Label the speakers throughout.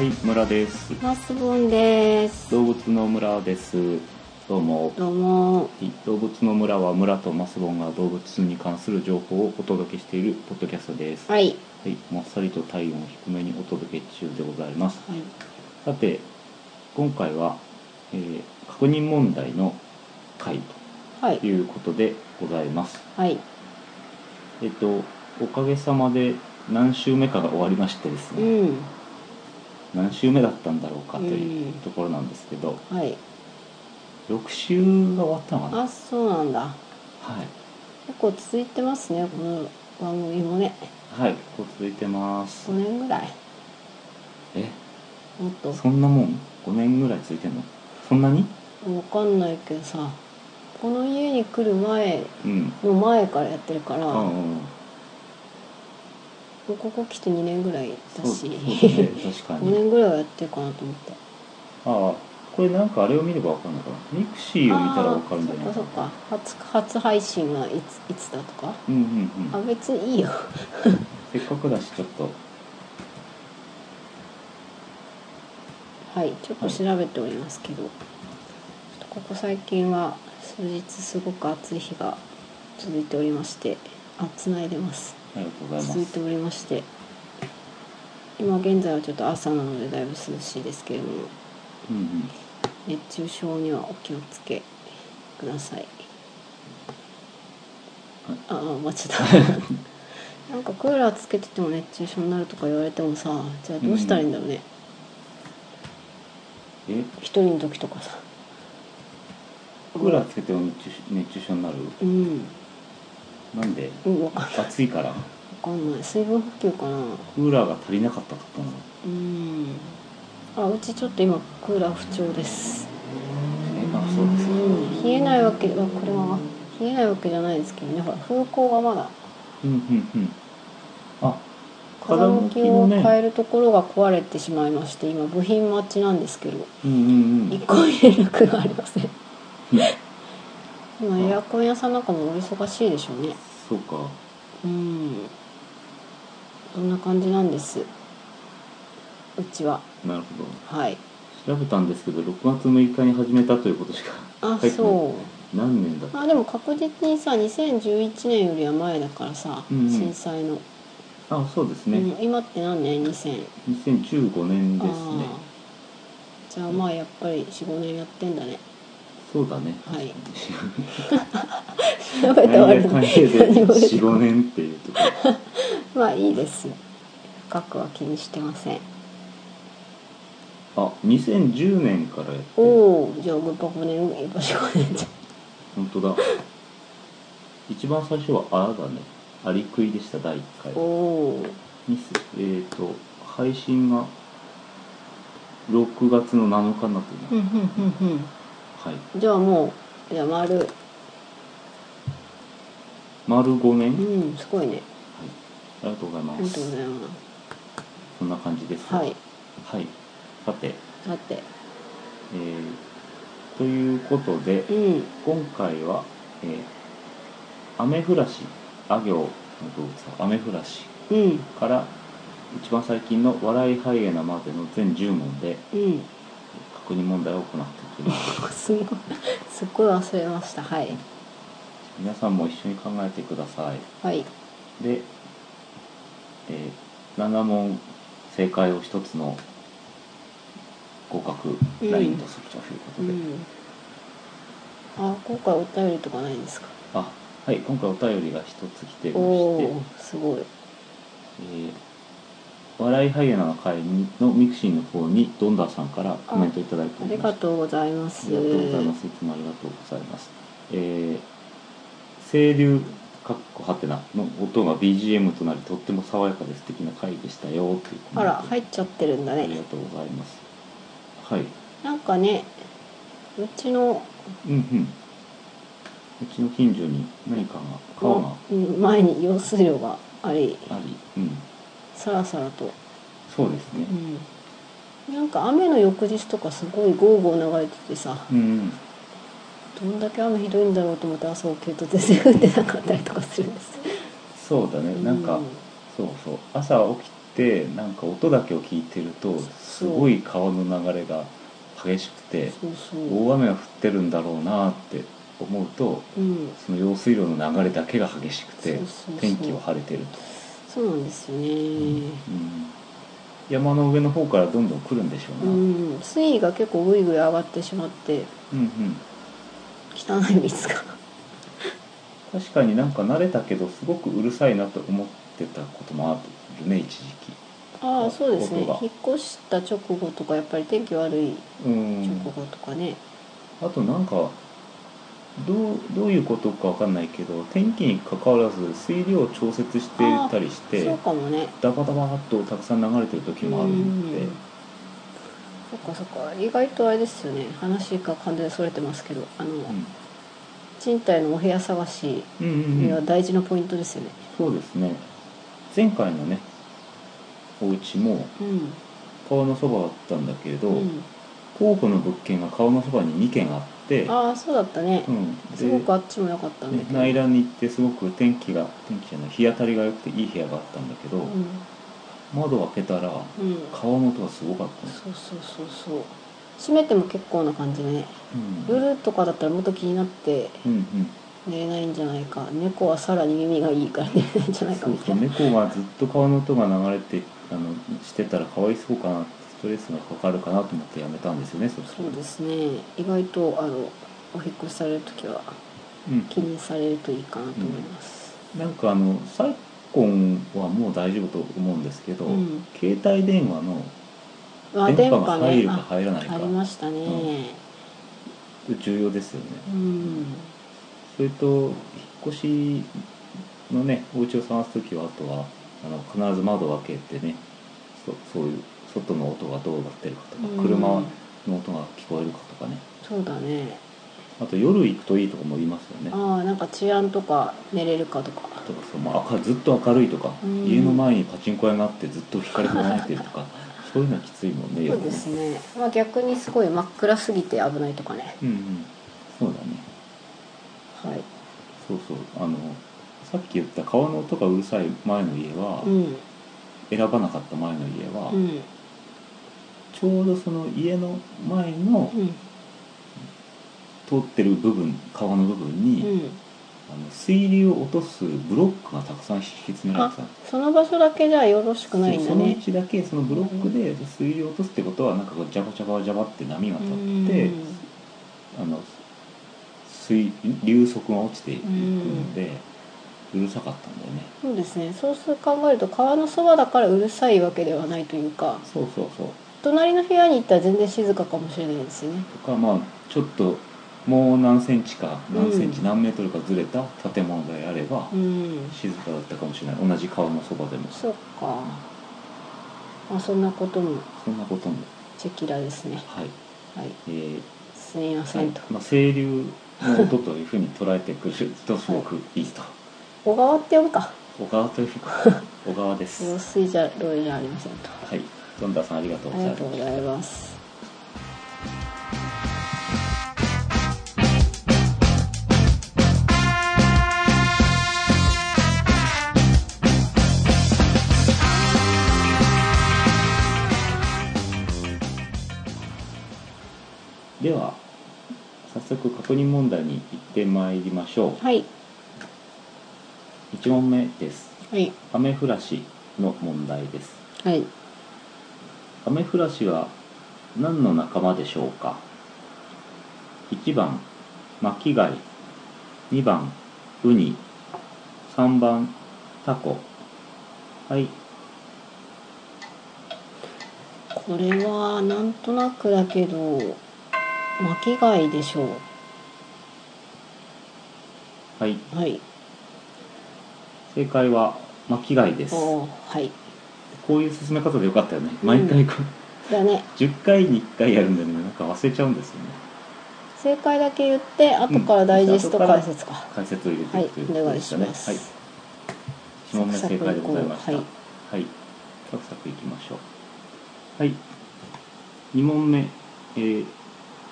Speaker 1: い、村です。
Speaker 2: マスボンです。
Speaker 1: 動物の村です。どうも。
Speaker 2: どうも。
Speaker 1: はい動物の村は村とマスボンが動物に関する情報をお届けしているポッドキャストです。は
Speaker 2: はい。
Speaker 1: い、もっさりと体温を低めにお届け中でございます。
Speaker 2: はい。
Speaker 1: さて、今回は、えー確認問題の回
Speaker 2: は
Speaker 1: と
Speaker 2: い。
Speaker 1: いうことでございます。
Speaker 2: はい。
Speaker 1: えっと、おかげさまで何週目かが終わりましてです
Speaker 2: う
Speaker 1: ね、
Speaker 2: ん。
Speaker 1: 何週目だったんだろうかといううんところなんですけど、
Speaker 2: はい。
Speaker 1: 6週が終わったのかな
Speaker 2: あ、そうなんだ。
Speaker 1: はい、
Speaker 2: 結構続いてますね。この番組もね。
Speaker 1: はい、こう続いてます
Speaker 2: 5年ぐらい。
Speaker 1: え
Speaker 2: もっと。
Speaker 1: そんなもん5年ぐらい続いてんのそんなに
Speaker 2: わかんないけどさ。この家に来る前
Speaker 1: うん
Speaker 2: の前からやってるから、
Speaker 1: あ
Speaker 2: も
Speaker 1: あ
Speaker 2: うここ来て2年ぐらいだ
Speaker 1: そうそ
Speaker 2: し
Speaker 1: う、 だね確か
Speaker 2: 5
Speaker 1: に
Speaker 2: 年ぐらいはやってるかなと思って。
Speaker 1: ああこれなんかあれを見ればわかるのかなミクシーを見たらわかるんじゃない
Speaker 2: あーそっかそっか。初初配信がいついつだとか。
Speaker 1: うんうんう
Speaker 2: あ、
Speaker 1: ん
Speaker 2: 別にいいよ。
Speaker 1: せっかくだしちょっと
Speaker 2: はい、ちょっと調べておりますけど、ちょっとここ最近は数日すごく暑い日が続いておりましてあ繋いでます
Speaker 1: ありがとうございます
Speaker 2: 続いておりまして今現在はちょっと朝なのでだいぶ涼しいですけれども
Speaker 1: うんうん
Speaker 2: 熱中症にはお気をつけくださいああ間違 えたなんかクーラーつけてても熱中症になるとか言われてもさじゃあどうしたらいいんだろうね、
Speaker 1: え
Speaker 2: 一人の時とかさ
Speaker 1: クーラーつけても熱中熱中症になる
Speaker 2: うん、
Speaker 1: なんで
Speaker 2: うん、わかんない
Speaker 1: 暑いから
Speaker 2: わかんない水分補給かな
Speaker 1: クーラーが足りなかったかったの
Speaker 2: うんあうちちょっと今クーラー不調です、
Speaker 1: えあそうで
Speaker 2: う
Speaker 1: すか
Speaker 2: ん、冷えないわけはこれは冷えないわけじゃないですけどねほら風向がまだ
Speaker 1: うんうんうんあ
Speaker 2: 風向き
Speaker 1: 風
Speaker 2: を
Speaker 1: 向きのね
Speaker 2: 変えるところが壊れてしまいまして今部品待ちなんですけど
Speaker 1: うんうんうん
Speaker 2: 一向に連絡がありません今エアコン屋さんなんかもお忙しいでしょうね
Speaker 1: そうか
Speaker 2: うんそんな感じなんですうちは
Speaker 1: なるほど
Speaker 2: はい
Speaker 1: 調べたんですけど6月6日に始めたということしか 書い
Speaker 2: あ
Speaker 1: てない
Speaker 2: そう
Speaker 1: 何年だっけ
Speaker 2: まあでも確実にさ2011年よりは前だからさ、
Speaker 1: うんうん
Speaker 2: 震災の、
Speaker 1: あそうですね、
Speaker 2: うん今って何年2000で
Speaker 1: 2015年ですね
Speaker 2: じゃあまあやっぱり45年やってんだね
Speaker 1: そうだね
Speaker 2: はい 調べて
Speaker 1: 年
Speaker 2: 悪
Speaker 1: 齢
Speaker 2: い
Speaker 1: 関係で
Speaker 2: 何も出てこ
Speaker 1: 45年っていうところ
Speaker 2: まあいいです深くは気にしてません
Speaker 1: あ2010年からやって
Speaker 2: お
Speaker 1: る
Speaker 2: おじゃあグッパ5年やっぱ45年じ
Speaker 1: 本当だ一番最初は「あ」だね「アリクイ」でした第1回
Speaker 2: ゃんおお
Speaker 1: ミスえっ、と配信が6月の7日になってるな、
Speaker 2: うんうんうん
Speaker 1: はい
Speaker 2: うんじゃあもうじゃあ丸
Speaker 1: 丸5年、
Speaker 2: う
Speaker 1: あ
Speaker 2: んすごいね
Speaker 1: りがとうござい
Speaker 2: あ
Speaker 1: ま
Speaker 2: りがとうご
Speaker 1: す
Speaker 2: ざいま
Speaker 1: そんな感じです
Speaker 2: すはい
Speaker 1: はい、さて、
Speaker 2: だって
Speaker 1: えーということで
Speaker 2: うん
Speaker 1: 今回は、えーアメフラシあ行の動物さんアメフラシ
Speaker 2: うん
Speaker 1: から一番最近の「笑いハイエナ」までの全10問で
Speaker 2: うん
Speaker 1: 確認問題を行っていきます
Speaker 2: すごいすっごい忘れましたはい
Speaker 1: 皆さんも一緒に考えてください
Speaker 2: はい
Speaker 1: で、えー7問正解を1つの合格ラインとするということ
Speaker 2: う
Speaker 1: で、
Speaker 2: んあ今回お便りとかないんですか
Speaker 1: あはい今回お便りが1つ来てまして
Speaker 2: おおーすごい
Speaker 1: えー笑いハイエナの会のミクシーの方にドンダさんからコメントいただいて
Speaker 2: あ
Speaker 1: おり
Speaker 2: り
Speaker 1: ま
Speaker 2: が
Speaker 1: す
Speaker 2: とうございます
Speaker 1: ありがとうございますいつもありがとうございますえー清流かっこはてなの音が BGM となりとっても爽やかで素敵な回でしたよっていうコメント
Speaker 2: あら入っちゃってるんだ
Speaker 1: ありが
Speaker 2: ね
Speaker 1: とうございますはい
Speaker 2: なんかねうちの
Speaker 1: うんうんうちの近所に何かが川が
Speaker 2: うん前に用水路があり
Speaker 1: ありうん
Speaker 2: さらさらと、
Speaker 1: そうですね
Speaker 2: うん、なんか雨の翌日とかすごいゴーゴー流れててさ
Speaker 1: うん、うん、
Speaker 2: どんだけ雨ひどいんだろうと思って朝起きると全然降ってなかったりとかするんです
Speaker 1: そうだねなんか、
Speaker 2: うん
Speaker 1: そうそう朝起きてなんか音だけを聞いてるとすごい川の流れが激しくて
Speaker 2: そうそう
Speaker 1: 大雨が降ってるんだろうなって思うと
Speaker 2: うん
Speaker 1: その用水路の流れだけが激しくて
Speaker 2: そうそうそう
Speaker 1: 天気は晴れてると、
Speaker 2: そうなんですよね
Speaker 1: うん山の上の方からどんどん来るんでしょう
Speaker 2: う
Speaker 1: な、うん、
Speaker 2: ん水位が結構ぐいぐい上がってしまって
Speaker 1: うん
Speaker 2: 汚い水が
Speaker 1: 確かになんか慣れたけどすごくうるさいなと思ってたこともあるね一時期
Speaker 2: ああそうですね
Speaker 1: 音が
Speaker 2: 引っ越した直後とかやっぱり天気悪い
Speaker 1: うん
Speaker 2: 直後とかね、
Speaker 1: あとなんかどうどういうことかわかんないけど天気に関わらず水量を調節してたりして
Speaker 2: そうかもね
Speaker 1: ダバダバーっとたくさん流れてる時もあるので
Speaker 2: うんそっかそっか意外とあれですよね話が完全にそれてますけどあの、賃貸のお部屋探し
Speaker 1: うんうんうん
Speaker 2: に
Speaker 1: う
Speaker 2: は
Speaker 1: ん
Speaker 2: 大事なポイントですよね
Speaker 1: そうですね前回のねお家も
Speaker 2: うん
Speaker 1: 川のそばだったんだけれど、
Speaker 2: うん、
Speaker 1: 候補の物件が川のそばに2軒あって、
Speaker 2: ああそうだったね
Speaker 1: う、ん、です
Speaker 2: ごくあっちも良かったんだ
Speaker 1: ね
Speaker 2: けど、
Speaker 1: 内覧に行ってすごく天気が天気じゃない日当たりが良くていい部屋があったんだけど、窓を開けたら
Speaker 2: うん、うん、
Speaker 1: 川の音がすごかったんです
Speaker 2: そうそうそうそう閉めても結構な感じでね
Speaker 1: うん
Speaker 2: 夜とかだったらもっと気になって
Speaker 1: うんうん、
Speaker 2: 寝れないんじゃないか猫はさらに耳がいいから寝れないんじゃないか
Speaker 1: そう
Speaker 2: みた
Speaker 1: そ
Speaker 2: いうな
Speaker 1: 猫がずっと川の音が流れてあのしてたらかわいそうかなってストレスがかかるかなと思ってやめたんですよねそした
Speaker 2: そ
Speaker 1: ら
Speaker 2: うですね意外とあのお引っ越しされる時は
Speaker 1: うん
Speaker 2: 気にされるといいかなと思います、
Speaker 1: なんかあの昨今はもう大丈夫と思うんですけど、
Speaker 2: うん
Speaker 1: 携帯電話の
Speaker 2: あ
Speaker 1: 電波が入るか
Speaker 2: あ
Speaker 1: 入らないか
Speaker 2: ありましたね
Speaker 1: 重要ですよね、
Speaker 2: うん、
Speaker 1: それと引っ越しのねお家を探す時はあとはあの必ず窓を開けてねそそういう外の音がどうなってるかとか、
Speaker 2: うん
Speaker 1: 車の音が聞こえるかとかね
Speaker 2: そうだね
Speaker 1: あと夜行くといいとかも言いますよね
Speaker 2: ああなんか治安とか寝れるかとか
Speaker 1: とかそう、まあ、明ずっと明るいとか、
Speaker 2: うん
Speaker 1: 家の前にパチンコ屋があってずっと光り輝いてる とかそういうのはきついもんね
Speaker 2: そ
Speaker 1: 夜
Speaker 2: う
Speaker 1: ね
Speaker 2: ですね、まあ、逆にすごい真っ暗すぎて危ないとかね
Speaker 1: うんうんそうだね
Speaker 2: はい
Speaker 1: そうそうあのさっき言った川の音がうるさい前の家は、
Speaker 2: うん
Speaker 1: 選ばなかった前の家は、
Speaker 2: うん
Speaker 1: ちょうどその家の前の
Speaker 2: うん
Speaker 1: 通ってる部分川の部分
Speaker 2: う
Speaker 1: に、
Speaker 2: ん
Speaker 1: あの水流を落とすブロックがたくさん引き詰められてたんです
Speaker 2: その場所だけじゃよろしくないん
Speaker 1: そう
Speaker 2: だ
Speaker 1: そのう
Speaker 2: ね
Speaker 1: ちだけそのブロックで水流を落とすってことはなんかこうジャバジャバジャバって波が立って、
Speaker 2: うん
Speaker 1: あの水流速が落ちていくので、うるさかったんだよね
Speaker 2: そうですねそうする考えると川のそばだからうるさいわけではないというか
Speaker 1: そうそうそう
Speaker 2: 隣の部屋に行ったら全然静かかもしれないですよね
Speaker 1: とかまあちょっともう何センチか何センチ
Speaker 2: うん
Speaker 1: 何メートルかずれた建物であれば、
Speaker 2: うん
Speaker 1: 静かだったかもしれない同じ川のそばでも
Speaker 2: そっか、まあ、そんなことも
Speaker 1: そんなことも
Speaker 2: チェキラですね
Speaker 1: はい、
Speaker 2: はい
Speaker 1: えー
Speaker 2: すみませ
Speaker 1: はい
Speaker 2: んと、
Speaker 1: まあ、清流の音というふうに捉えてくれるとすごくいいと、
Speaker 2: 小川って読むか
Speaker 1: 小川というか小川です
Speaker 2: 用水じゃロイじゃありませんと
Speaker 1: は
Speaker 2: あ
Speaker 1: いどんださんありがとうご
Speaker 2: り
Speaker 1: ざい
Speaker 2: が
Speaker 1: ます
Speaker 2: とうございます
Speaker 1: では早速確認問題に行ってまいりましょ
Speaker 2: はい、
Speaker 1: う1問目です
Speaker 2: はい、
Speaker 1: 雨降らしの問題です
Speaker 2: はい。
Speaker 1: アメフラシは何の仲間でしょうか1番巻貝2番ウニ3番タコはい
Speaker 2: これはなんとなくだけど、巻き貝でしょ。
Speaker 1: はいう
Speaker 2: はい。
Speaker 1: 正解は巻貝です
Speaker 2: おーはい。
Speaker 1: こういう進め方でよかったよね毎回こう、
Speaker 2: だね。
Speaker 1: 10回に1回やるんだけどなんか忘れちゃうんですよね
Speaker 2: 正解だけ言って、後からダイジェスト解説か。
Speaker 1: 解説を入れて
Speaker 2: はい
Speaker 1: いくという、
Speaker 2: お
Speaker 1: こと
Speaker 2: 願い
Speaker 1: で
Speaker 2: し
Speaker 1: たね
Speaker 2: ます。
Speaker 1: はい1問目正解でございました
Speaker 2: サクサクい
Speaker 1: は
Speaker 2: こ
Speaker 1: い、サクサクいきましょうはい2問目、えー、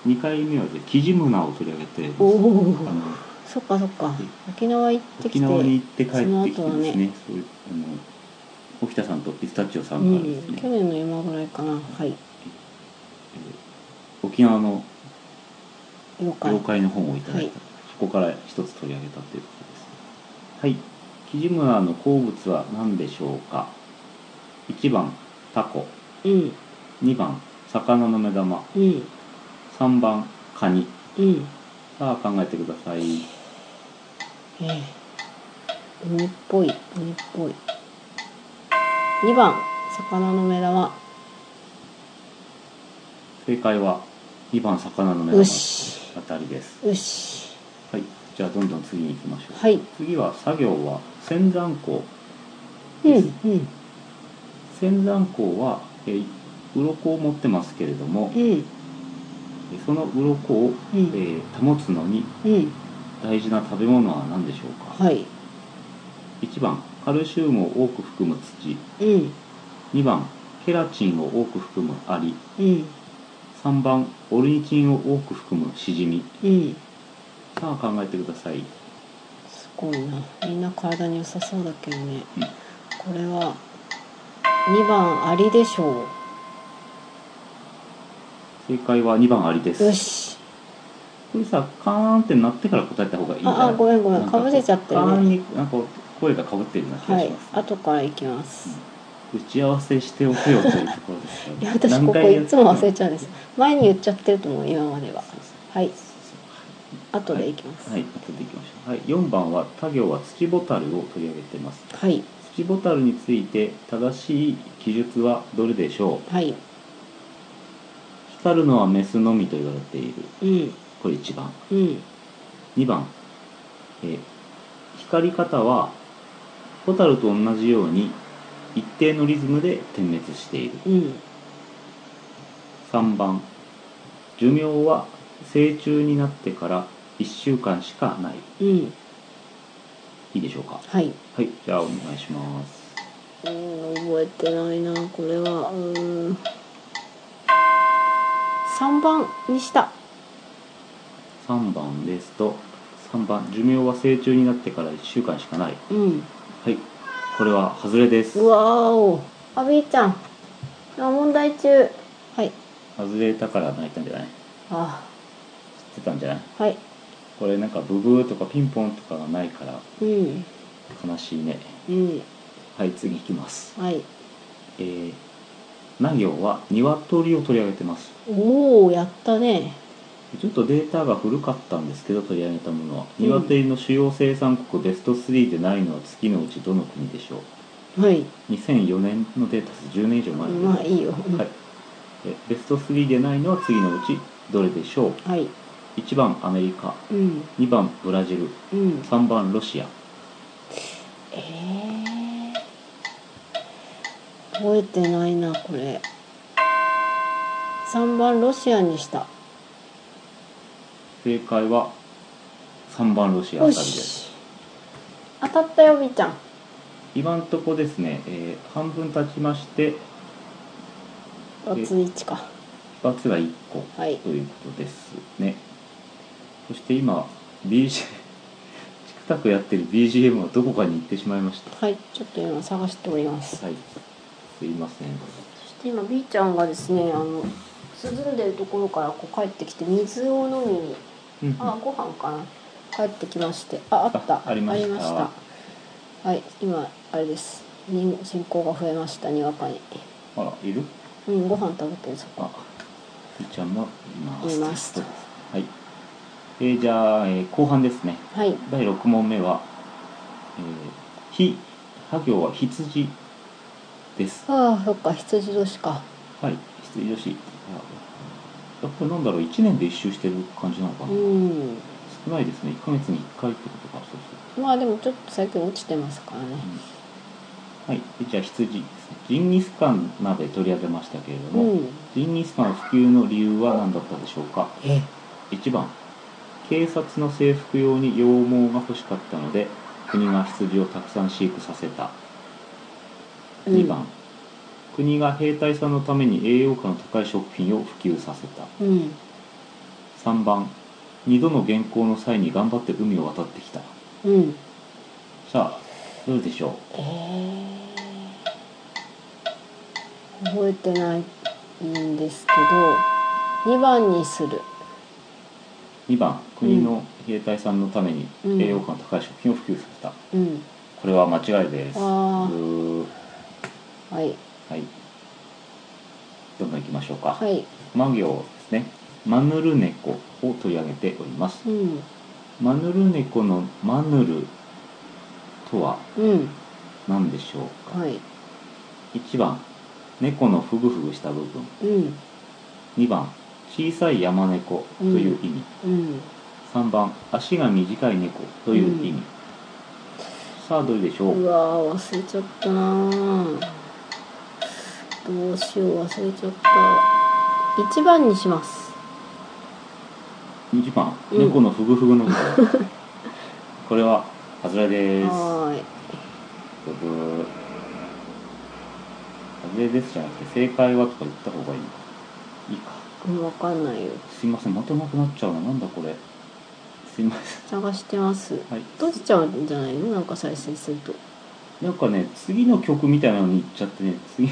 Speaker 1: 2回目はでキジムナーを取り上げて
Speaker 2: おお
Speaker 1: あ
Speaker 2: ー、
Speaker 1: の
Speaker 2: そっかそっか。沖縄行ってき
Speaker 1: 沖
Speaker 2: て、
Speaker 1: 縄に行って帰ってきて
Speaker 2: その後は
Speaker 1: ですね
Speaker 2: ね
Speaker 1: そういうあの沖田さんとピスタチオさ
Speaker 2: うん
Speaker 1: からです
Speaker 2: ん、
Speaker 1: ね、
Speaker 2: 去年の今ぐらいかなはい
Speaker 1: 沖縄の
Speaker 2: 了解
Speaker 1: 妖怪の本をいただいた、
Speaker 2: はい
Speaker 1: そこから一つ取り上げたということですはい木村の好物は何でしょうか1番タコ
Speaker 2: うん
Speaker 1: 2番魚の目玉
Speaker 2: うん
Speaker 1: 3番カニ
Speaker 2: うん
Speaker 1: さあ考えてください
Speaker 2: ええ海っぽい海っぽい2番魚の目玉
Speaker 1: 正解は2番魚の目
Speaker 2: よ
Speaker 1: 玉
Speaker 2: し
Speaker 1: あたりです
Speaker 2: よし
Speaker 1: はいじゃあどんどん次に行きましょう、
Speaker 2: はい
Speaker 1: 次は作業は仙山港
Speaker 2: うんうん
Speaker 1: 仙山港は、えー、鱗を持ってますけれども、
Speaker 2: うん
Speaker 1: えその鱗を、
Speaker 2: う
Speaker 1: え
Speaker 2: ん
Speaker 1: ー保つのに
Speaker 2: うん
Speaker 1: 大事な食べ物は何でしょうか、
Speaker 2: はい
Speaker 1: 1番カルシウムを多く含む土
Speaker 2: うん
Speaker 1: 2番ケラチンを多く含むアリ
Speaker 2: うん
Speaker 1: 3番オルニチンを多く含むシジミ
Speaker 2: うん
Speaker 1: さあ考えてください
Speaker 2: すごいなみんな体に良さそうだけどね、
Speaker 1: うん
Speaker 2: これは2番アリでしょ
Speaker 1: 正解は2番アリで
Speaker 2: う
Speaker 1: す
Speaker 2: よし
Speaker 1: これさカーンってなってから答えた方がいいんだよ
Speaker 2: ああごめんごめん
Speaker 1: なか
Speaker 2: 被せちゃってるね
Speaker 1: カーンになんか声がかぶってるような気が
Speaker 2: は
Speaker 1: し
Speaker 2: い
Speaker 1: ます、
Speaker 2: 後から行きます
Speaker 1: 打ち合わせしておけよというところですよね
Speaker 2: いや私ここ
Speaker 1: 何回やっ
Speaker 2: いつも忘れちゃうんです前に言っちゃってると思う今までははい後で行きます
Speaker 1: はい、後でいきましょう。はい、4番は、他行は土ボタルを取り上げています。
Speaker 2: はい
Speaker 1: 土ボタルについて正しい記述はどれでしょう
Speaker 2: はい
Speaker 1: 光るのはメスのみと言われている。
Speaker 2: うん
Speaker 1: これ1番。
Speaker 2: うん
Speaker 1: 2番、えー光り方は、ホタルと同じように、一定のリズムで点滅している。
Speaker 2: うん
Speaker 1: 3番、寿命は成虫になってから1週間しかない。
Speaker 2: うん
Speaker 1: いいでしょうか
Speaker 2: はい
Speaker 1: はい、じゃあお願いします。
Speaker 2: うん覚えてないなこれはうん3番にした
Speaker 1: 3番ですと3番寿命は成虫になってから1週間しかない
Speaker 2: うん
Speaker 1: はいこれは外れです
Speaker 2: うわーおあびーちゃんあ問題中はい
Speaker 1: 外れたから泣いたんじゃない
Speaker 2: あ
Speaker 1: 知ってたんじゃない
Speaker 2: はい
Speaker 1: これなんかブブーとかピンポンとかがないから
Speaker 2: うん
Speaker 1: 悲しいね
Speaker 2: うん
Speaker 1: はい次いきます
Speaker 2: はい
Speaker 1: えー「な行」は鶏を取り上げてます
Speaker 2: おおやったね
Speaker 1: ちょっとデータが古かったんですけど取り上げたものは
Speaker 2: うん
Speaker 1: 鶏の主要生産国ベスト3でないのは月のうちどの国でしょ
Speaker 2: はい、
Speaker 1: う2004年のデータです10年以上前です
Speaker 2: まあいいようん
Speaker 1: はい、えベスト3でないのは次のうちどれでしょう
Speaker 2: はい
Speaker 1: 1番アメリカ
Speaker 2: うん
Speaker 1: 2番ブラジル
Speaker 2: うん
Speaker 1: 3番ロシア
Speaker 2: えー、覚えてないなこれ3番ロシアにした
Speaker 1: 正解は3番ロシアあた
Speaker 2: よ
Speaker 1: りです
Speaker 2: し当たったよみーちゃん
Speaker 1: 今んとこですね、えー半分経ちまして
Speaker 2: バツイチか
Speaker 1: 罰が1個
Speaker 2: はい
Speaker 1: ということですねそして今 BGM チクタクやってる BGM はどこかに行ってしまいました
Speaker 2: はいちょっと今探しております
Speaker 1: はいすいません
Speaker 2: そして今ビーちゃんがですねあの涼んでるところからこう帰ってきて水を飲みに
Speaker 1: うん
Speaker 2: あご飯かな帰ってきましてああった
Speaker 1: あありました
Speaker 2: はい今あれです人人口が増えましたにわかに
Speaker 1: あらいる
Speaker 2: うんご飯食べてるそこ
Speaker 1: あ、いちゃんもいます。
Speaker 2: います
Speaker 1: ということですはい。えーじゃあ、えー後半ですね。
Speaker 2: はい
Speaker 1: 第6問目は、えー、ひ、は行は羊です。
Speaker 2: ああそっか羊年か
Speaker 1: はい、羊女子。あこれなんだろう、1年で1周してる感じなのか
Speaker 2: う
Speaker 1: な、
Speaker 2: ん
Speaker 1: 少ないですね。1ヶ月に1回ってことか。そうそう。
Speaker 2: まあでもちょっと最近落ちてますからね
Speaker 1: はい、でじゃあ羊ですね。ジンギスカン鍋取り上げましたけれど
Speaker 2: う
Speaker 1: も、
Speaker 2: ん
Speaker 1: ジンギスカン普及の理由は何だったでしょうか
Speaker 2: え
Speaker 1: 1番警察の制服用に羊毛が欲しかったので国が羊をたくさん飼育させた
Speaker 2: うん
Speaker 1: 2番、国が兵隊さんのために栄養価の高い食品を普及させた
Speaker 2: うん
Speaker 1: 3番2度の原稿の際に頑張って海を渡ってきた
Speaker 2: うん
Speaker 1: さあどうでしょ
Speaker 2: ええ覚えてないんですけど2番にする
Speaker 1: 2番国の兵隊さんのために
Speaker 2: うん
Speaker 1: 栄養価の高い食品を普及させた、
Speaker 2: うん
Speaker 1: これは間違いです
Speaker 2: あー
Speaker 1: うー
Speaker 2: はい
Speaker 1: はいどんどん行きましょうか、
Speaker 2: はい
Speaker 1: マ行ですねマヌルネコを取り上げております
Speaker 2: うん
Speaker 1: マヌルネコのマヌルとは
Speaker 2: うん
Speaker 1: 何でしょうか、
Speaker 2: はい
Speaker 1: 1番猫のふぐふぐした部分
Speaker 2: うん
Speaker 1: 2番小さい山猫という意味、
Speaker 2: うん
Speaker 1: 3番足が短い猫という意味、
Speaker 2: うん
Speaker 1: さあどれでしょう、
Speaker 2: うわー忘れちゃったなーどうしよう忘れちゃった1番にします
Speaker 1: 2番
Speaker 2: うん
Speaker 1: 猫のふぐふぐの部分これは外れです
Speaker 2: はーい
Speaker 1: ブブー外れですじゃなくて正解はとか言った方がいいのかいいか
Speaker 2: うんわかんないよ
Speaker 1: すいませんまたなくなっちゃうななんだこれすいません
Speaker 2: 探してます
Speaker 1: はい
Speaker 2: 閉じちゃうんじゃないのなんか再生すると
Speaker 1: なんかね次の曲みたいなのに行っちゃってね次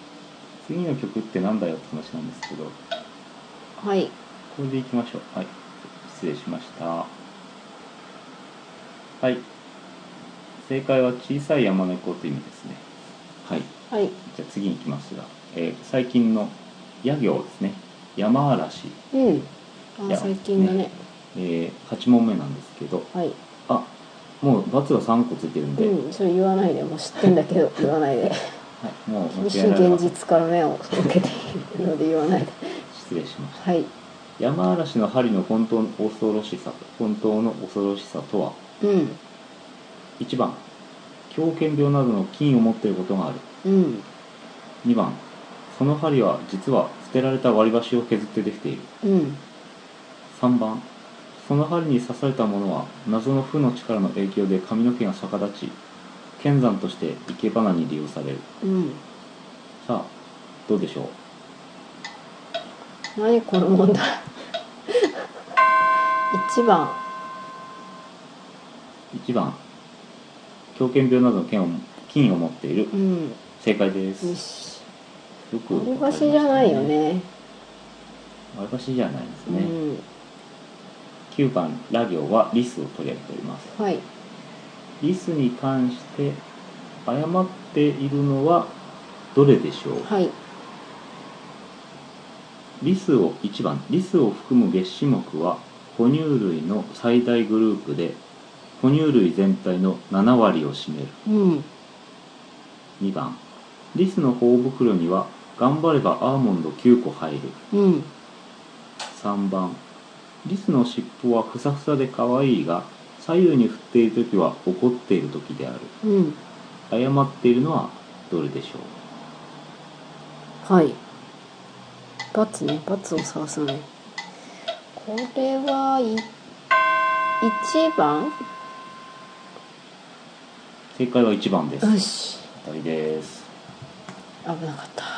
Speaker 1: 次の曲ってなんだよって話なんですけどこ
Speaker 2: はい
Speaker 1: れでいきましょうはい失礼しましたはい正解は小さい山猫という意味ですねはい
Speaker 2: はい
Speaker 1: じゃあ次に行きますが、えー最近の野行ですね山嵐、
Speaker 2: うん
Speaker 1: い
Speaker 2: あ
Speaker 1: や
Speaker 2: 最近だね
Speaker 1: ねえー、8問目なんですけど
Speaker 2: はい
Speaker 1: あもう×が3個ついてるんで、
Speaker 2: うんそれ言わないでもう知ってんだけ ど言わないで
Speaker 1: はい、もう
Speaker 2: 厳し
Speaker 1: 間違
Speaker 2: い
Speaker 1: えられま
Speaker 2: 現
Speaker 1: せん
Speaker 2: 実から目を背けているので言わないで
Speaker 1: 失礼しました
Speaker 2: はい
Speaker 1: 山嵐の針の本当の恐ろしさ本当の恐ろしさとは
Speaker 2: うん
Speaker 1: 1番狂犬病などの菌を持っていることがある
Speaker 2: うん
Speaker 1: 2番その針は実は捨てられた割り箸を削ってできている
Speaker 2: うん
Speaker 1: 3番その針に刺されたものは謎の負の力の影響で髪の毛が逆立ち剣山として生け花に利用される
Speaker 2: うん
Speaker 1: さあどうでしょう
Speaker 2: 何この問題 一番
Speaker 1: 1番狂犬病などの菌を菌を持っている
Speaker 2: うん
Speaker 1: 正解です
Speaker 2: よ
Speaker 1: よ
Speaker 2: し
Speaker 1: くわ
Speaker 2: 割
Speaker 1: か
Speaker 2: り
Speaker 1: りました
Speaker 2: 箸じゃないよね
Speaker 1: 割り箸じゃないです
Speaker 2: う
Speaker 1: ね、
Speaker 2: ん
Speaker 1: 9番ラ行はリスを取り上げております
Speaker 2: はい
Speaker 1: リスに関して誤っているのはどれでしょう、
Speaker 2: はい
Speaker 1: リスを1番リスを含む月種目は哺乳類の最大グループで哺乳類全体の7割を占める
Speaker 2: うん
Speaker 1: 2番リスの頬袋には頑張ればアーモンド9個入る
Speaker 2: うん
Speaker 1: 3番リスの尻尾はふさふさで可愛いが左右に振っている時は怒っている時である
Speaker 2: うん
Speaker 1: 誤っているのはどれでしょう
Speaker 2: はい。バツね、バツを探すのね。これは、い、一番
Speaker 1: 正解は1番です
Speaker 2: よし。
Speaker 1: 当たりです
Speaker 2: 危なかった。
Speaker 1: さ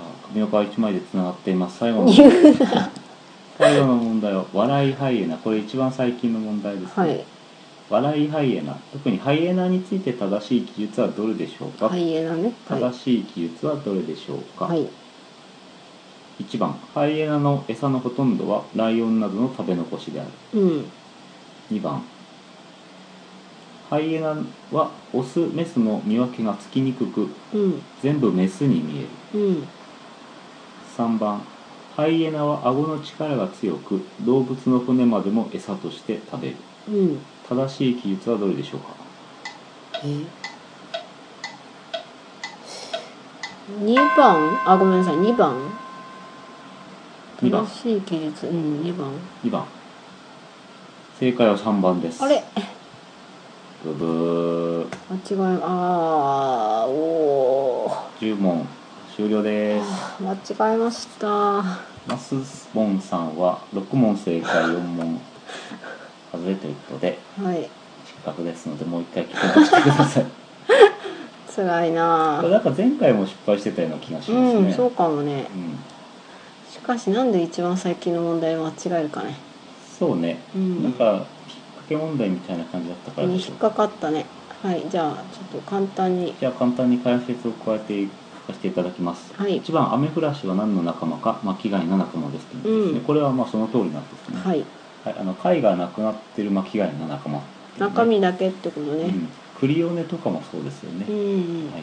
Speaker 1: あ首の皮1枚でつながっています最後の最後の問題は笑いハイエナこれ一番最近の問題ですね、
Speaker 2: はい。
Speaker 1: 笑いハイエナ特にハイエナについて正しい記述はどれでしょうか、
Speaker 2: ハイエナね。はい。
Speaker 1: 正しい記述はどれでしょうか、
Speaker 2: はい。
Speaker 1: 1番ハイエナの餌のほとんどはライオンなどの食べ残しである
Speaker 2: うん。
Speaker 1: 2番ハイエナはオスメスの見分けがつきにくく
Speaker 2: うん。
Speaker 1: 全部メスに見える
Speaker 2: うん。
Speaker 1: 3番ハイエナは顎の力が強く動物の骨までも餌として食べる
Speaker 2: うん。
Speaker 1: 正しい記述はどれでしょうか
Speaker 2: え二番あ、ごめんなさい、二番
Speaker 1: 二番
Speaker 2: 正しい記述。うん、二番。
Speaker 1: 2番正解は3番です
Speaker 2: あれ
Speaker 1: ブブー
Speaker 2: 間違え、あー、おー。
Speaker 1: 10問終了です
Speaker 2: あー間違えました。
Speaker 1: マスボンさんは6問正解4問外れということで
Speaker 2: はい、
Speaker 1: 失格ですのでもう一回聞き直してくだ さい
Speaker 2: 辛いな
Speaker 1: これ
Speaker 2: ぁ。
Speaker 1: なんか前回も失敗してたような気がしますね、
Speaker 2: うん、そうかもね
Speaker 1: う。ん
Speaker 2: しかし、なんで一番最近の問題間違えるかね。
Speaker 1: そうね、
Speaker 2: うん
Speaker 1: なんかきっかけ問題みたいな感じだったからで
Speaker 2: に
Speaker 1: しょ
Speaker 2: 引っ
Speaker 1: う
Speaker 2: かかったね。はい、じゃあ、ちょっと簡単に。
Speaker 1: じゃあ簡単に解説を加えていくさせていただきます、
Speaker 2: はい
Speaker 1: 一番アメフラシは何の仲間か巻貝の仲間ですけどです、ね
Speaker 2: うん
Speaker 1: これはまあその通りなんですね、
Speaker 2: はい
Speaker 1: はい、あの貝がなくなってる巻貝の仲間っていうね、
Speaker 2: 中身だけってこと
Speaker 1: う
Speaker 2: ね
Speaker 1: ん、クリオネとかもそうですよね、
Speaker 2: うん、うん
Speaker 1: はい、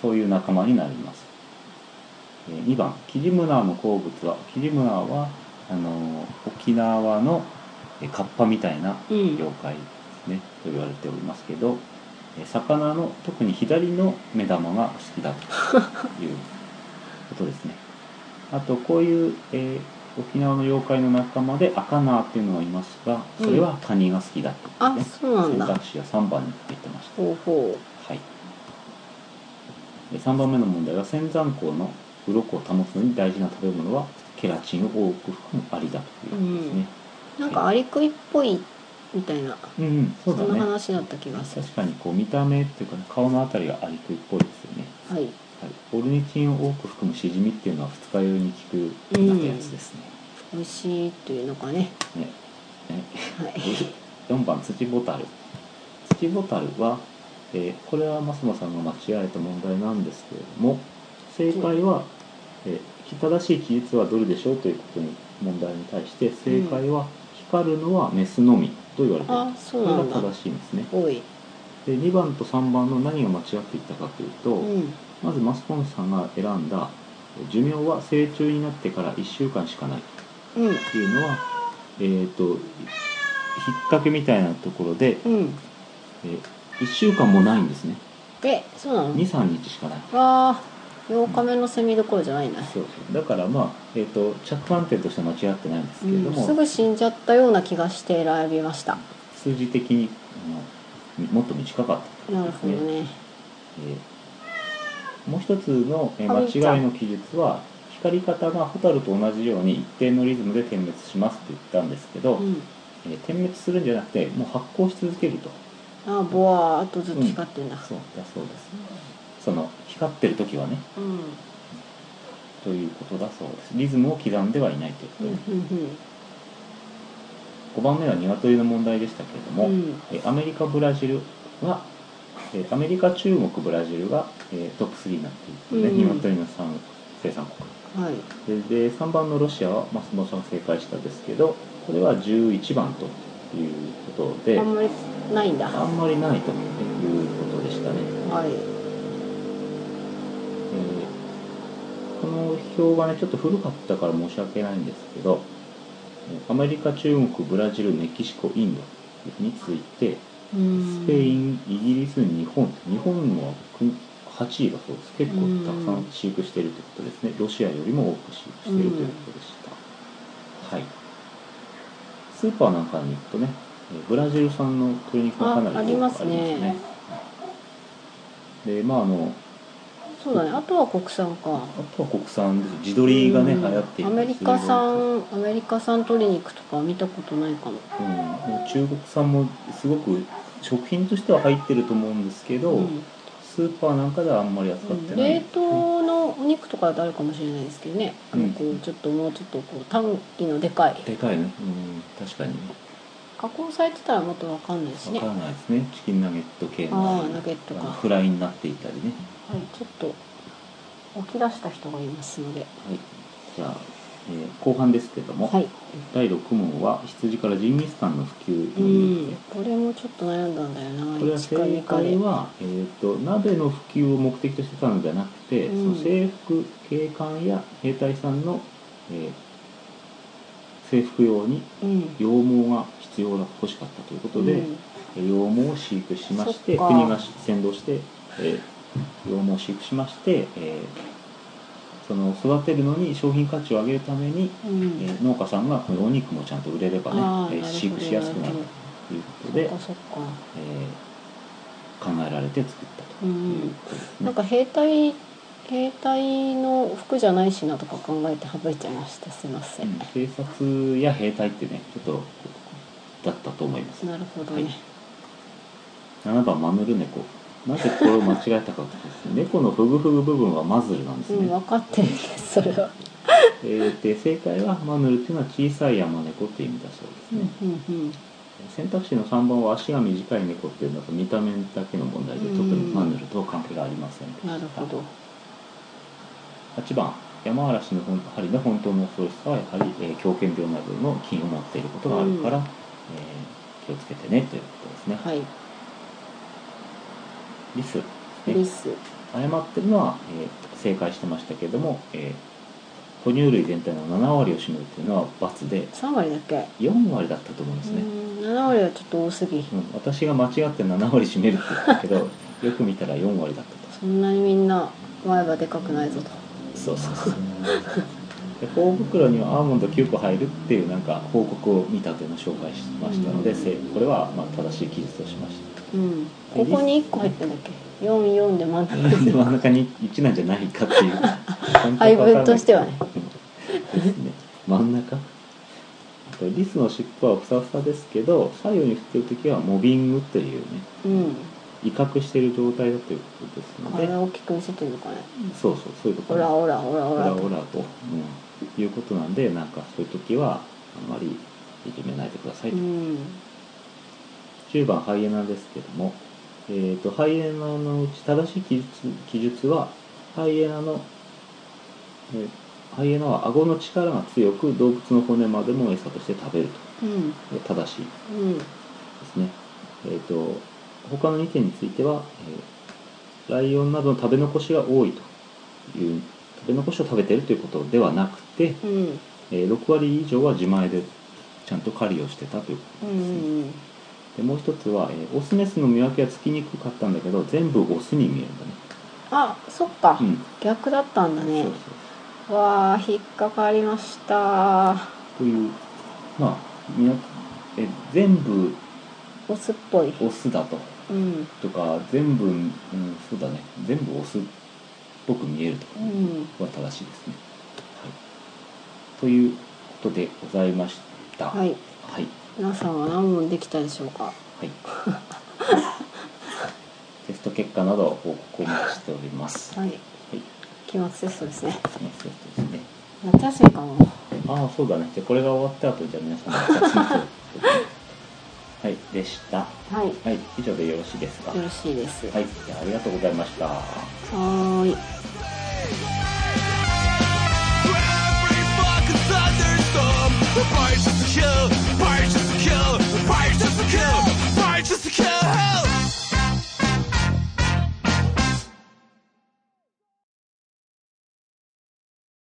Speaker 1: そういう仲間になります。えー2番、キジムナーの好物は、キジムナーはあのー沖縄のえーカッパみたいな
Speaker 2: うん
Speaker 1: 妖怪ですね、と言われておりますけど、えー魚の特に左の目玉が好きだということですね。あとこういう、えー沖縄の妖怪の仲間でアカナーっていうのがいますが、それはカニが好きだと、
Speaker 2: あそうなん
Speaker 1: 選
Speaker 2: だ
Speaker 1: 択肢は3番に入ってました。
Speaker 2: ほうほ
Speaker 1: はい、3番目の問題は仙山港の鱗を保つのに大事な食べ物はケラチンを多く含むアリだということですね。
Speaker 2: うなんかアリクイっぽいみたいな
Speaker 1: うん、うん、そう
Speaker 2: そ,、
Speaker 1: んだ
Speaker 2: な
Speaker 1: ね。
Speaker 2: 話だった気がする
Speaker 1: 確かにこう見た目っていうか、ね、顔のあたりがアリクイっぽいですよね。
Speaker 2: はい
Speaker 1: はい、オルニチンを多く含むシジミっていうのは二日酔いに効くなんてやつですね。
Speaker 2: 美味しいというのかね
Speaker 1: ねね
Speaker 2: はい
Speaker 1: 4番土ボタル土ボタルは、えーこれは増野さんが間違えた問題なんですけれども正解は、えー正しい記述はどれでしょうということに問題に対して正解は、光るのはメスのみと言われてい
Speaker 2: あ
Speaker 1: ます
Speaker 2: そ
Speaker 1: こ
Speaker 2: う
Speaker 1: れが
Speaker 2: なんだ
Speaker 1: 正しいんですね
Speaker 2: おい
Speaker 1: で2番と3番の何が間違っていったかというと、
Speaker 2: うん
Speaker 1: まずマスコンさんが選んだえー寿命は成虫になってから1週間しかない
Speaker 2: う
Speaker 1: っ
Speaker 2: ん
Speaker 1: ていうのはえっ、と引っ掛けみたいなところで
Speaker 2: うん
Speaker 1: え1週間もないんですね
Speaker 2: えそうなの
Speaker 1: 23日しかない
Speaker 2: あー8日目のセミどころじゃないんだ、
Speaker 1: そうそうだからまあ、えー、と着眼点としては間違ってないんです
Speaker 2: う
Speaker 1: けれど
Speaker 2: ん、
Speaker 1: も、
Speaker 2: すぐ死んじゃったような気がして選びました
Speaker 1: 数字的にあのもっと短かった
Speaker 2: なるほど
Speaker 1: ね
Speaker 2: ね
Speaker 1: えーもう一つの、えー
Speaker 2: あみーちゃ
Speaker 1: 間
Speaker 2: ん
Speaker 1: 違いの記述は光り方が蛍と同じように一定のリズムで点滅しますって言ったんですけど、
Speaker 2: うん
Speaker 1: えー点滅するんじゃなくてもう発光し続けると
Speaker 2: あーボワーっとずっと光ってんだ
Speaker 1: そうだそうですその光ってる時はね
Speaker 2: うんうん
Speaker 1: ということだそうですリズムを刻んではいないということ
Speaker 2: う
Speaker 1: です、
Speaker 2: ん
Speaker 1: 5番目は鶏の問題でしたけれど
Speaker 2: う
Speaker 1: も、
Speaker 2: ん
Speaker 1: えーアメリカブラジルはえーアメリカ中国ブラジルが、えートップ3になっている
Speaker 2: うん
Speaker 1: ので、鶏の産生産国
Speaker 2: うんはい
Speaker 1: でで3番のロシアは松本さんが正解したんですけどこれは11番ということで
Speaker 2: あんまりないんだ
Speaker 1: あんまりないということでしたね、
Speaker 2: はい
Speaker 1: えーこの表がねちょっと古かったから申し訳ないんですけどえーアメリカ中国ブラジルメキシコインドに続いて
Speaker 2: うん
Speaker 1: スペイン、イギリス、日本、日本は国8位だそうです。結構たくさん飼育しているということですね。ロシアよりも多く飼育しているということでした。はい。スーパーなんかに行くとね、えーブラジル産の鶏肉がかなり
Speaker 2: あありますね
Speaker 1: 多くありまで、まああの、
Speaker 2: そうだねあとは国産か
Speaker 1: あとは国産です。地鶏がね、
Speaker 2: う
Speaker 1: 流
Speaker 2: ん
Speaker 1: 行ってい
Speaker 2: ア
Speaker 1: る
Speaker 2: メリカ。産アメリカ産鶏肉とかは見たことないかも
Speaker 1: うん、もう中国産もすごく食品としては入ってると思うんですけど、
Speaker 2: うん
Speaker 1: スーパーなんかではあんまり扱ってない、
Speaker 2: 冷凍のお肉とかだとあるかもしれないですけどね、あ
Speaker 1: う
Speaker 2: の
Speaker 1: ん
Speaker 2: こうちょっともうちょっとこう短期のでかい
Speaker 1: でかいね、うん、確かにね
Speaker 2: 加工されてたらもっとわかんないです
Speaker 1: わ
Speaker 2: ね、
Speaker 1: か
Speaker 2: は
Speaker 1: らないですねチキンナゲット系
Speaker 2: あ
Speaker 1: の
Speaker 2: ーナゲットか
Speaker 1: あのフライになっていたりね
Speaker 2: い、ちょっと起き出した人がいますので
Speaker 1: はいじゃあ、えー後半ですけども、
Speaker 2: はい、
Speaker 1: 第6問は羊からジンギスカンの普及
Speaker 2: う
Speaker 1: の理由
Speaker 2: ん、これもちょっと悩んだんだよな
Speaker 1: これは
Speaker 2: 一か
Speaker 1: 正
Speaker 2: 二かで
Speaker 1: 解は、えー、と鍋の普及を目的としてたのではなくて、
Speaker 2: うん
Speaker 1: その制服警官や兵隊さんの、えー制服用に
Speaker 2: うん
Speaker 1: 羊毛が必要が欲しかったということで、
Speaker 2: うん
Speaker 1: 羊毛を飼育しまして
Speaker 2: そっか
Speaker 1: 国が先導して、えー羊毛を飼育しまして、えーその育てるのに商品価値を上げるために、
Speaker 2: うん
Speaker 1: えー農家さんがこのお肉もちゃんと売れればね
Speaker 2: あ、ー
Speaker 1: えー
Speaker 2: なるほど
Speaker 1: 飼育しやすくなるということで
Speaker 2: そっ、かそっか
Speaker 1: えー考えられて作ったということですね。
Speaker 2: なんか兵隊兵隊の服じゃないしなとか考えて省いちゃいましたすいません、
Speaker 1: うん警察や兵隊ってねちょっとだったと思います
Speaker 2: なるほどね、
Speaker 1: はい7番マヌル猫なぜこれを間違えたかというとですね猫のフグフグ部分はマズルなんですね、
Speaker 2: うん分かってるんですそれは
Speaker 1: えーで正解はマヌルっていうのは小さい山猫っていう意味だそう
Speaker 2: う
Speaker 1: で
Speaker 2: ん
Speaker 1: すね、
Speaker 2: うん
Speaker 1: 選択肢の3番は足が短い猫っていうのは見た目だけの問題で
Speaker 2: うん
Speaker 1: 特にマヌルとは関係がありませんでし
Speaker 2: うん
Speaker 1: た
Speaker 2: なるほど
Speaker 1: 8番山嵐の本針の本当の恐ろしさはやはり、えー狂犬病などの菌を持っていることがあるから、
Speaker 2: う
Speaker 1: えー気をつけてねということですね、
Speaker 2: はい
Speaker 1: リス
Speaker 2: リス
Speaker 1: 誤ってるのは、えー正解してましたけれども、えー哺乳類全体の7割を占めるというのは×で
Speaker 2: 3割だっけ
Speaker 1: 4割だったと思うんですね、
Speaker 2: うん7割はちょっと多すぎ
Speaker 1: うん私が間違って7割占めるって言ったけどよく見たら4割だったと
Speaker 2: そんなにみんな前歯でかくないぞと
Speaker 1: そうそうそうで大袋にはアーモンド9個入るっていうなんか報告を見たというのを紹介しましたので、
Speaker 2: うん
Speaker 1: せこれはまあ正しい記述としまし
Speaker 2: うんここに1個入ってんだっけ44で真ん
Speaker 1: た
Speaker 2: 中
Speaker 1: なんで真ん中に1なんじゃないかっていう
Speaker 2: 配分としてはね
Speaker 1: うんですね真ん中あとリスの尻尾はふさふさですけど左右に振ってる時はモビングというね
Speaker 2: うん
Speaker 1: 威嚇してる状態だということですので
Speaker 2: 体大きく見せてるのかね
Speaker 1: そうそうそういうこと
Speaker 2: オラオラオラオ
Speaker 1: オ
Speaker 2: ラ
Speaker 1: ラ
Speaker 2: と
Speaker 1: オラと、うん、いうことなんでなんかそういう時はあまりいじめないでください、
Speaker 2: う
Speaker 1: と
Speaker 2: ん
Speaker 1: 10番ハイエナですけども、えー、とハイエナのうち正しい記述記述はハイエナの、えーハイエナは顎の力が強く動物の骨までも餌として食べる
Speaker 2: うん
Speaker 1: とで正しいで
Speaker 2: うん
Speaker 1: すねえっ、と他の2点については、えーライオンなどの食べ残しが多いという食べ残しを食べているということではなくて、
Speaker 2: うん
Speaker 1: えー6割以上は自前でちゃんと狩りをしてたというこ
Speaker 2: う
Speaker 1: と
Speaker 2: ん
Speaker 1: ですね、
Speaker 2: うん
Speaker 1: でもう一つは、えーオスメスの見分けはつきにくかったんだけど全部オスに見えるんだね
Speaker 2: あそっか、
Speaker 1: うん
Speaker 2: 逆だったんだね
Speaker 1: そう
Speaker 2: わあ引っかかりました
Speaker 1: そうというまあ見分けえー全部
Speaker 2: オスっぽい
Speaker 1: オスだと
Speaker 2: うん
Speaker 1: とか全部、うん、そうだね全部オスっぽく見えるとか
Speaker 2: う
Speaker 1: ね、
Speaker 2: ん
Speaker 1: は正しいですね、はい、ということでございました
Speaker 2: は、い
Speaker 1: はい
Speaker 2: 皆さんは何問できたでしょうか
Speaker 1: はい。テスト結果などを報告をお待ちしております。は
Speaker 2: はい
Speaker 1: い。
Speaker 2: 期末テストですね
Speaker 1: そのテストですね。
Speaker 2: 夏休みかも
Speaker 1: ああ、そうだね。じゃあこれが終わった後、じゃあ皆さんの夏休みということで はい、でした。は
Speaker 2: はいよ
Speaker 1: い、以上でよろしいですか。は、
Speaker 2: ろしいですはい
Speaker 1: じゃあありがとうございました。
Speaker 2: ーい
Speaker 3: Every fucking thunderstorm, the price is a hill.